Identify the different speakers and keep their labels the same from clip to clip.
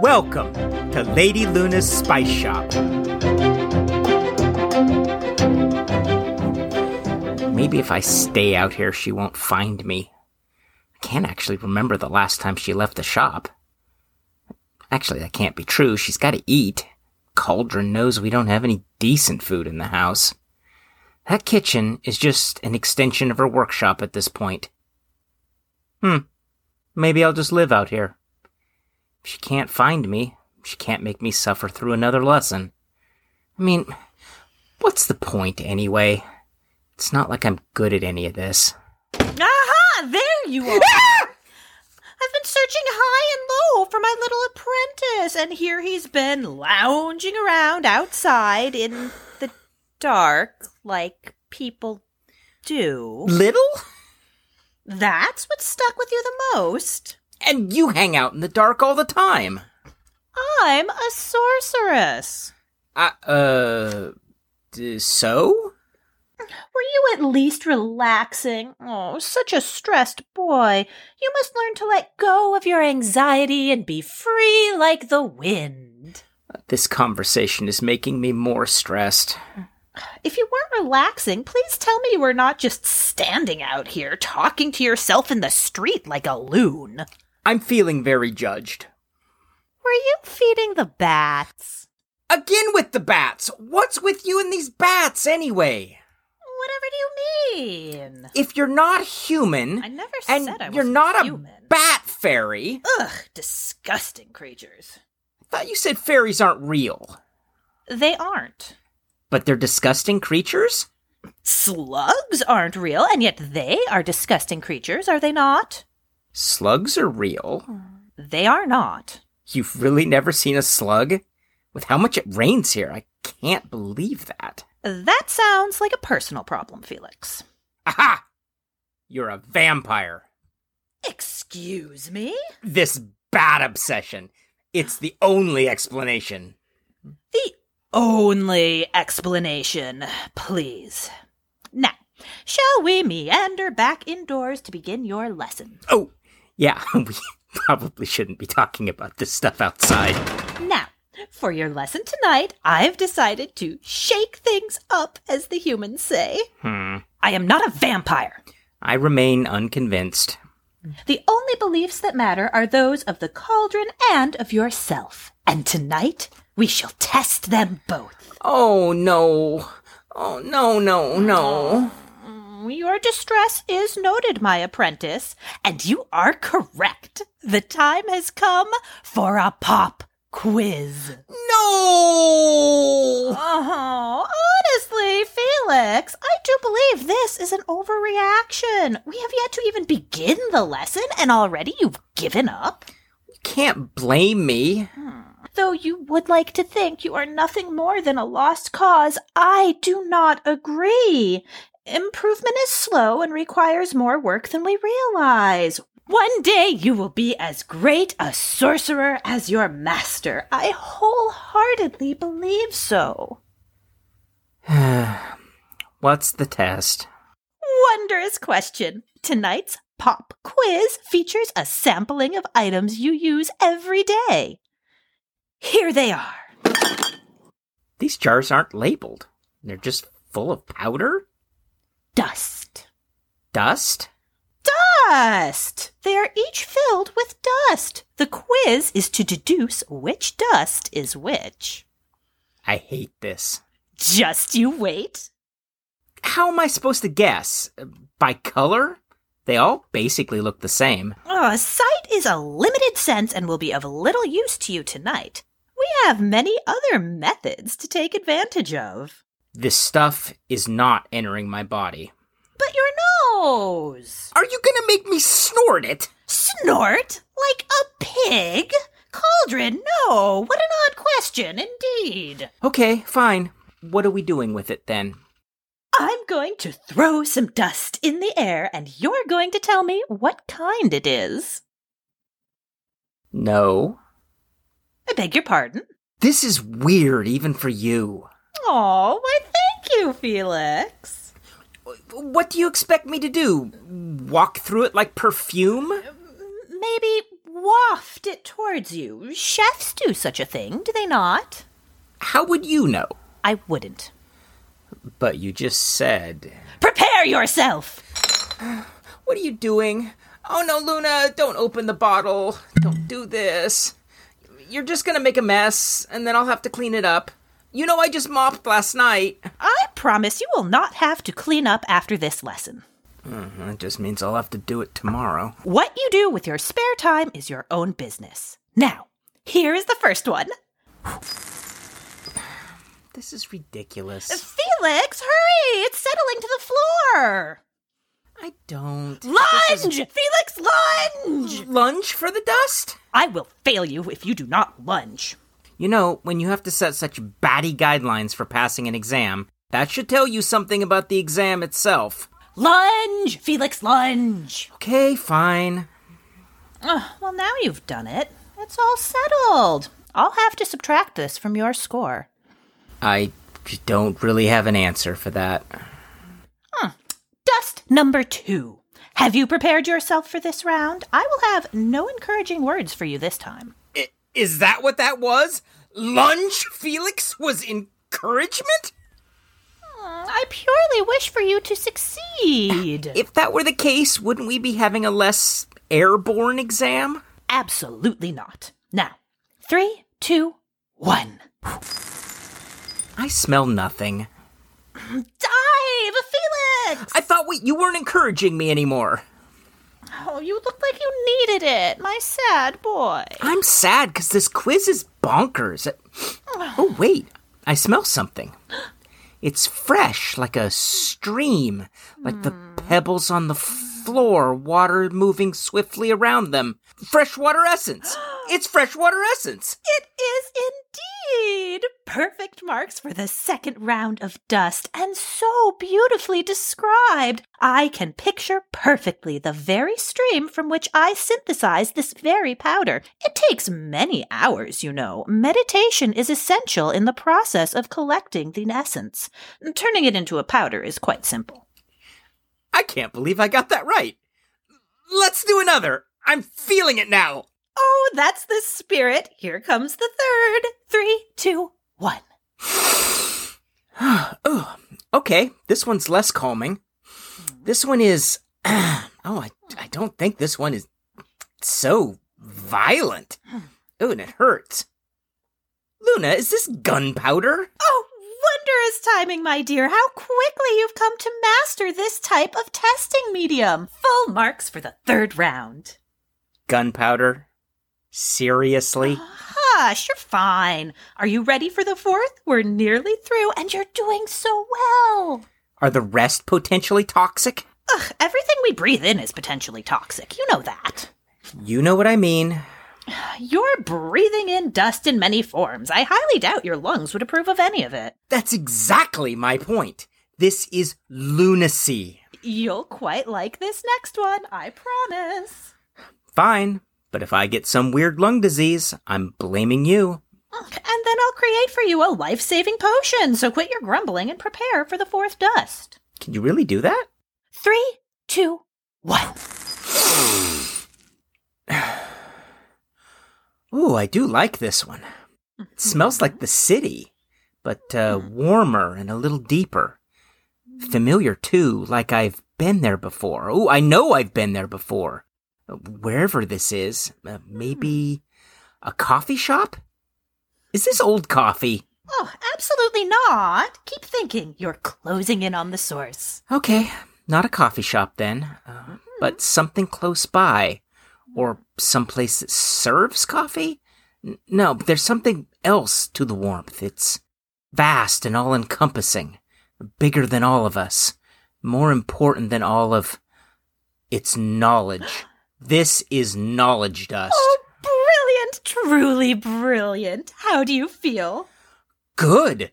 Speaker 1: Welcome to Lady Luna's Spice Shop. Maybe if I stay out here, she won't find me. I can't actually remember the last time she left the shop. Actually, that can't be true. She's got to eat. Cauldron knows we don't have any decent food in the house. That kitchen is just an extension of her workshop at this point. Hmm. Maybe I'll just live out here. If she can't find me, she can't make me suffer through another lesson. I mean, what's the point anyway? It's not like I'm good at any of this.
Speaker 2: Aha! There you are! I've been searching high and low for my little apprentice, and here he's been lounging around outside in the dark like people do.
Speaker 1: Little?
Speaker 2: That's what stuck with you the most.
Speaker 1: And you hang out in the dark all the time.
Speaker 2: I'm a sorceress.
Speaker 1: I, uh, d- so?
Speaker 2: Were you at least relaxing? Oh, such a stressed boy. You must learn to let go of your anxiety and be free like the wind.
Speaker 1: This conversation is making me more stressed.
Speaker 2: If you weren't relaxing, please tell me you were not just standing out here talking to yourself in the street like a loon.
Speaker 1: I'm feeling very judged.
Speaker 2: Were you feeding the bats?
Speaker 1: Again with the bats! What's with you and these bats anyway?
Speaker 2: Whatever do you mean?
Speaker 1: If you're not human,
Speaker 2: I never
Speaker 1: and
Speaker 2: said I was
Speaker 1: you're not
Speaker 2: human.
Speaker 1: a bat fairy,
Speaker 2: Ugh, disgusting creatures.
Speaker 1: I thought you said fairies aren't real.
Speaker 2: They aren't.
Speaker 1: But they're disgusting creatures?
Speaker 2: Slugs aren't real, and yet they are disgusting creatures, are they not?
Speaker 1: Slugs are real.
Speaker 2: They are not.
Speaker 1: You've really never seen a slug? With how much it rains here, I can't believe that.
Speaker 2: That sounds like a personal problem, Felix.
Speaker 1: Aha! You're a vampire.
Speaker 2: Excuse me?
Speaker 1: This bat obsession. It's the only explanation.
Speaker 2: The only explanation, please. Now, shall we meander back indoors to begin your lesson?
Speaker 1: Oh, yeah, we probably shouldn't be talking about this stuff outside.
Speaker 2: Now, for your lesson tonight, I've decided to shake things up, as the humans say.
Speaker 1: Hmm.
Speaker 2: I am not a vampire.
Speaker 1: I remain unconvinced.
Speaker 2: The only beliefs that matter are those of the cauldron and of yourself. And tonight, we shall test them both.
Speaker 1: Oh, no. Oh, no, no, no.
Speaker 2: Your distress is noted, my apprentice, and you are correct. The time has come for a pop quiz.
Speaker 1: No!
Speaker 2: Oh, honestly, Felix, I do believe this is an overreaction. We have yet to even begin the lesson, and already you've given up.
Speaker 1: You can't blame me.
Speaker 2: Though you would like to think you are nothing more than a lost cause, I do not agree. Improvement is slow and requires more work than we realize. One day you will be as great a sorcerer as your master. I wholeheartedly believe so.
Speaker 1: What's the test?
Speaker 2: Wondrous question. Tonight's pop quiz features a sampling of items you use every day. Here they are.
Speaker 1: These jars aren't labeled. They're just full of powder?
Speaker 2: Dust.
Speaker 1: Dust?
Speaker 2: dust. They are each filled with dust. The quiz is to deduce which dust is which.
Speaker 1: I hate this.
Speaker 2: Just you wait.
Speaker 1: How am I supposed to guess? By color? They all basically look the same.
Speaker 2: Uh, sight is a limited sense and will be of little use to you tonight. We have many other methods to take advantage of.
Speaker 1: This stuff is not entering my body.
Speaker 2: But your nose!
Speaker 1: Are you gonna make me snort it?
Speaker 2: Snort like a pig? Cauldron, no! What an odd question, indeed!
Speaker 1: Okay, fine. What are we doing with it then?
Speaker 2: I'm going to throw some dust in the air and you're going to tell me what kind it is.
Speaker 1: No.
Speaker 2: I beg your pardon.
Speaker 1: This is weird even for you.
Speaker 2: Oh, why thank you, Felix.
Speaker 1: What do you expect me to do? Walk through it like perfume?
Speaker 2: Maybe walk doffed it towards you. Chefs do such a thing, do they not?
Speaker 1: How would you know?
Speaker 2: I wouldn't.
Speaker 1: But you just said.
Speaker 2: Prepare yourself!
Speaker 1: What are you doing? Oh no, Luna, don't open the bottle. Don't do this. You're just gonna make a mess, and then I'll have to clean it up. You know, I just mopped last night.
Speaker 2: I promise you will not have to clean up after this lesson.
Speaker 1: That just means I'll have to do it tomorrow.
Speaker 2: What you do with your spare time is your own business. Now, here is the first one.
Speaker 1: This is ridiculous.
Speaker 2: Felix, hurry! It's settling to the floor!
Speaker 1: I don't.
Speaker 2: Lunge! Felix, lunge!
Speaker 1: Lunge for the dust?
Speaker 2: I will fail you if you do not lunge.
Speaker 1: You know, when you have to set such batty guidelines for passing an exam, that should tell you something about the exam itself.
Speaker 2: Lunge! Felix, lunge!
Speaker 1: Okay, fine.
Speaker 2: Ugh, well, now you've done it. It's all settled. I'll have to subtract this from your score.
Speaker 1: I don't really have an answer for that.
Speaker 2: Dust number two. Have you prepared yourself for this round? I will have no encouraging words for you this time.
Speaker 1: I- Is that what that was? Lunge Felix was encouragement?
Speaker 2: Mm, I purely wish for you to succeed.
Speaker 1: If that were the case, wouldn't we be having a less airborne exam?
Speaker 2: Absolutely not. Now, three, two, one.
Speaker 1: I smell nothing.
Speaker 2: Dive, Felix!
Speaker 1: I thought we, you weren't encouraging me anymore.
Speaker 2: Oh, you look like you needed it, my sad boy.
Speaker 1: I'm sad because this quiz is bonkers. Oh, wait. I smell something. It's fresh, like a stream, like the pebbles on the floor, water moving swiftly around them. Freshwater essence. It's freshwater essence.
Speaker 2: It is indeed! Perfect marks for the second round of dust, and so beautifully described. I can picture perfectly the very stream from which I synthesize this very powder. It takes many hours, you know. Meditation is essential in the process of collecting the essence. Turning it into a powder is quite simple.
Speaker 1: I can't believe I got that right. Let's do another. I'm feeling it now.
Speaker 2: Oh, that's the spirit. Here comes the third. Three, two, one.
Speaker 1: Oh, okay. This one's less calming. This one is. oh, I, I don't think this one is so violent. Oh, and it hurts. Luna, is this gunpowder?
Speaker 2: Oh, wondrous timing, my dear. How quickly you've come to master this type of testing medium. Full marks for the third round.
Speaker 1: Gunpowder? Seriously?
Speaker 2: Hush, you're fine. Are you ready for the fourth? We're nearly through and you're doing so well.
Speaker 1: Are the rest potentially toxic?
Speaker 2: Ugh, everything we breathe in is potentially toxic. You know that.
Speaker 1: You know what I mean.
Speaker 2: You're breathing in dust in many forms. I highly doubt your lungs would approve of any of it.
Speaker 1: That's exactly my point. This is lunacy.
Speaker 2: You'll quite like this next one, I promise.
Speaker 1: Fine, but if I get some weird lung disease, I'm blaming you.
Speaker 2: And then I'll create for you a life saving potion, so quit your grumbling and prepare for the fourth dust.
Speaker 1: Can you really do that?
Speaker 2: Three, two, one.
Speaker 1: Ooh, I do like this one. It smells like the city, but uh, warmer and a little deeper. Familiar too, like I've been there before. Ooh, I know I've been there before. Uh, Wherever this is, uh, maybe a coffee shop? Is this old coffee?
Speaker 2: Oh, absolutely not. Keep thinking. You're closing in on the source.
Speaker 1: Okay, not a coffee shop then, uh, but something close by, or someplace that serves coffee? N- no, but there's something else to the warmth. It's vast and all encompassing, bigger than all of us, more important than all of its knowledge. This is knowledge dust.
Speaker 2: Oh, brilliant. Truly brilliant. How do you feel?
Speaker 1: Good!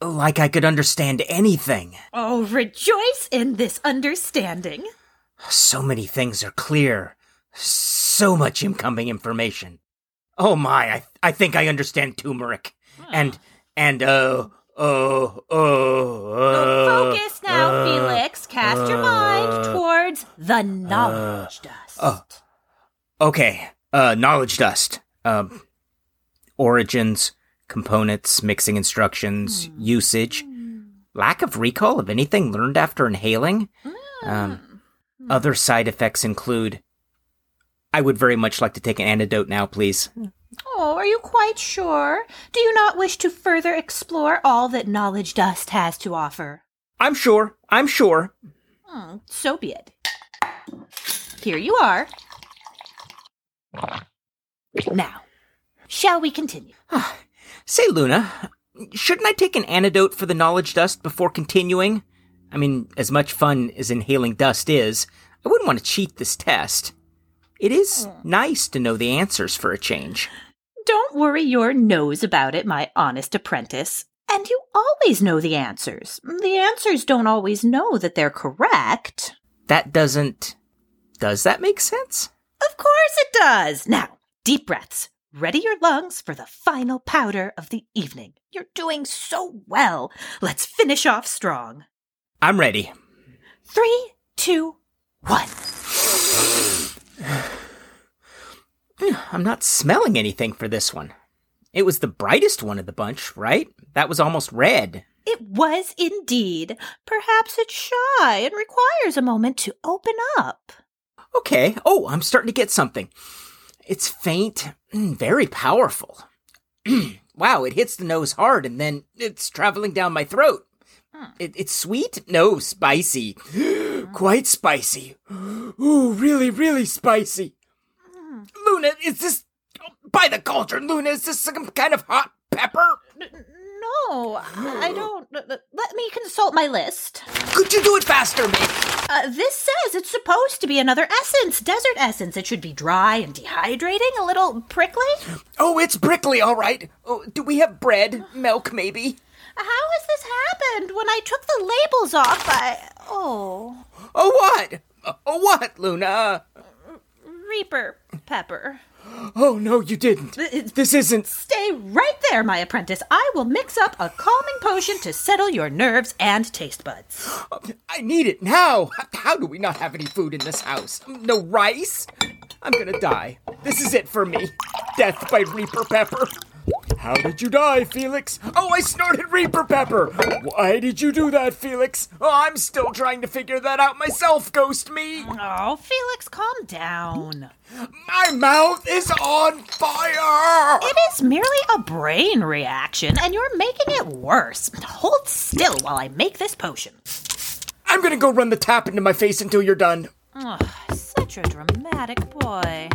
Speaker 1: Like I could understand anything.
Speaker 2: Oh, rejoice in this understanding.
Speaker 1: So many things are clear. So much incoming information. Oh my, I, I think I understand turmeric. And, and, oh, oh, oh, oh.
Speaker 2: Focus now,
Speaker 1: uh,
Speaker 2: Felix. Cast your mind
Speaker 1: uh, oh.
Speaker 2: towards the knowledge dust.
Speaker 1: Okay, Uh, knowledge dust. Um, origins, components, mixing instructions,
Speaker 2: Hmm.
Speaker 1: usage, lack of recall of anything learned after inhaling.
Speaker 2: Hmm.
Speaker 1: Um, Other side effects include. I would very much like to take an antidote now, please.
Speaker 2: Oh, are you quite sure? Do you not wish to further explore all that knowledge dust has to offer?
Speaker 1: I'm sure. I'm sure.
Speaker 2: Hmm, so be it. Here you are. Now, shall we continue?
Speaker 1: Say, Luna, shouldn't I take an antidote for the knowledge dust before continuing? I mean, as much fun as inhaling dust is, I wouldn't want to cheat this test. It is nice to know the answers for a change.
Speaker 2: Don't worry your nose about it, my honest apprentice. And you always know the answers. The answers don't always know that they're correct.
Speaker 1: That doesn't. Does that make sense?
Speaker 2: Of course it does. Now, deep breaths. Ready your lungs for the final powder of the evening. You're doing so well. Let's finish off strong.
Speaker 1: I'm ready.
Speaker 2: Three, two, one.
Speaker 1: I'm not smelling anything for this one. It was the brightest one of the bunch, right? That was almost red.
Speaker 2: It was indeed. Perhaps it's shy and requires a moment to open up.
Speaker 1: Okay. Oh, I'm starting to get something. It's faint, mm, very powerful. wow, it hits the nose hard and then it's traveling down my throat. It, it's sweet? No, spicy. Quite spicy. Ooh, really, really spicy. Luna, is this. By the cauldron, Luna, is this some kind of hot pepper?
Speaker 2: No, I don't. Let me consult my list.
Speaker 1: Could you do it faster, mate?
Speaker 2: Uh, this says it's supposed to be another essence, desert essence. It should be dry and dehydrating, a little prickly.
Speaker 1: Oh, it's prickly, all right. Oh, do we have bread? Milk, maybe?
Speaker 2: How has this happened? When I took the labels off, I. Oh.
Speaker 1: Oh, what? Oh, what, Luna?
Speaker 2: Reaper pepper.
Speaker 1: Oh, no, you didn't.
Speaker 2: It's-
Speaker 1: This isn't.
Speaker 2: Stay right there, my apprentice. I will mix up a calming potion to settle your nerves and taste buds.
Speaker 1: I need it now. How do we not have any food in this house? No rice? I'm gonna die. This is it for me. Death by Reaper Pepper. How did you die, Felix? Oh, I snorted Reaper Pepper. Why did you do that, Felix? Oh, I'm still trying to figure that out myself, Ghost Me.
Speaker 2: Oh, Felix, calm down.
Speaker 1: My mouth is on fire.
Speaker 2: It is merely a brain reaction, and you're making it worse. Hold still while I make this potion.
Speaker 1: I'm gonna go run the tap into my face until you're done.
Speaker 2: Ugh, such a dramatic boy.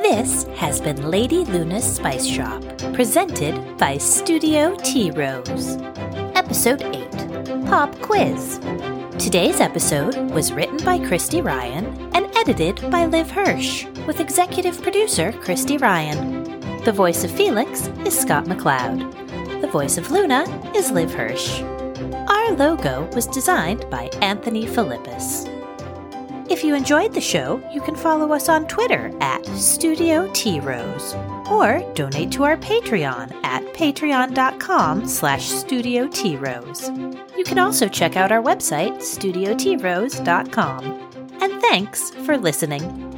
Speaker 3: This has been Lady Luna's Spice Shop, presented by Studio T Rose. Episode 8 Pop Quiz. Today's episode was written by Christy Ryan and edited by Liv Hirsch, with executive producer Christy Ryan. The voice of Felix is Scott McLeod. The voice of Luna is Liv Hirsch. Our logo was designed by Anthony Philippus. If you enjoyed the show, you can follow us on Twitter at Studio T Rose or donate to our Patreon at patreon.com slash Studio T Rose. You can also check out our website, studiotrose.com. And thanks for listening.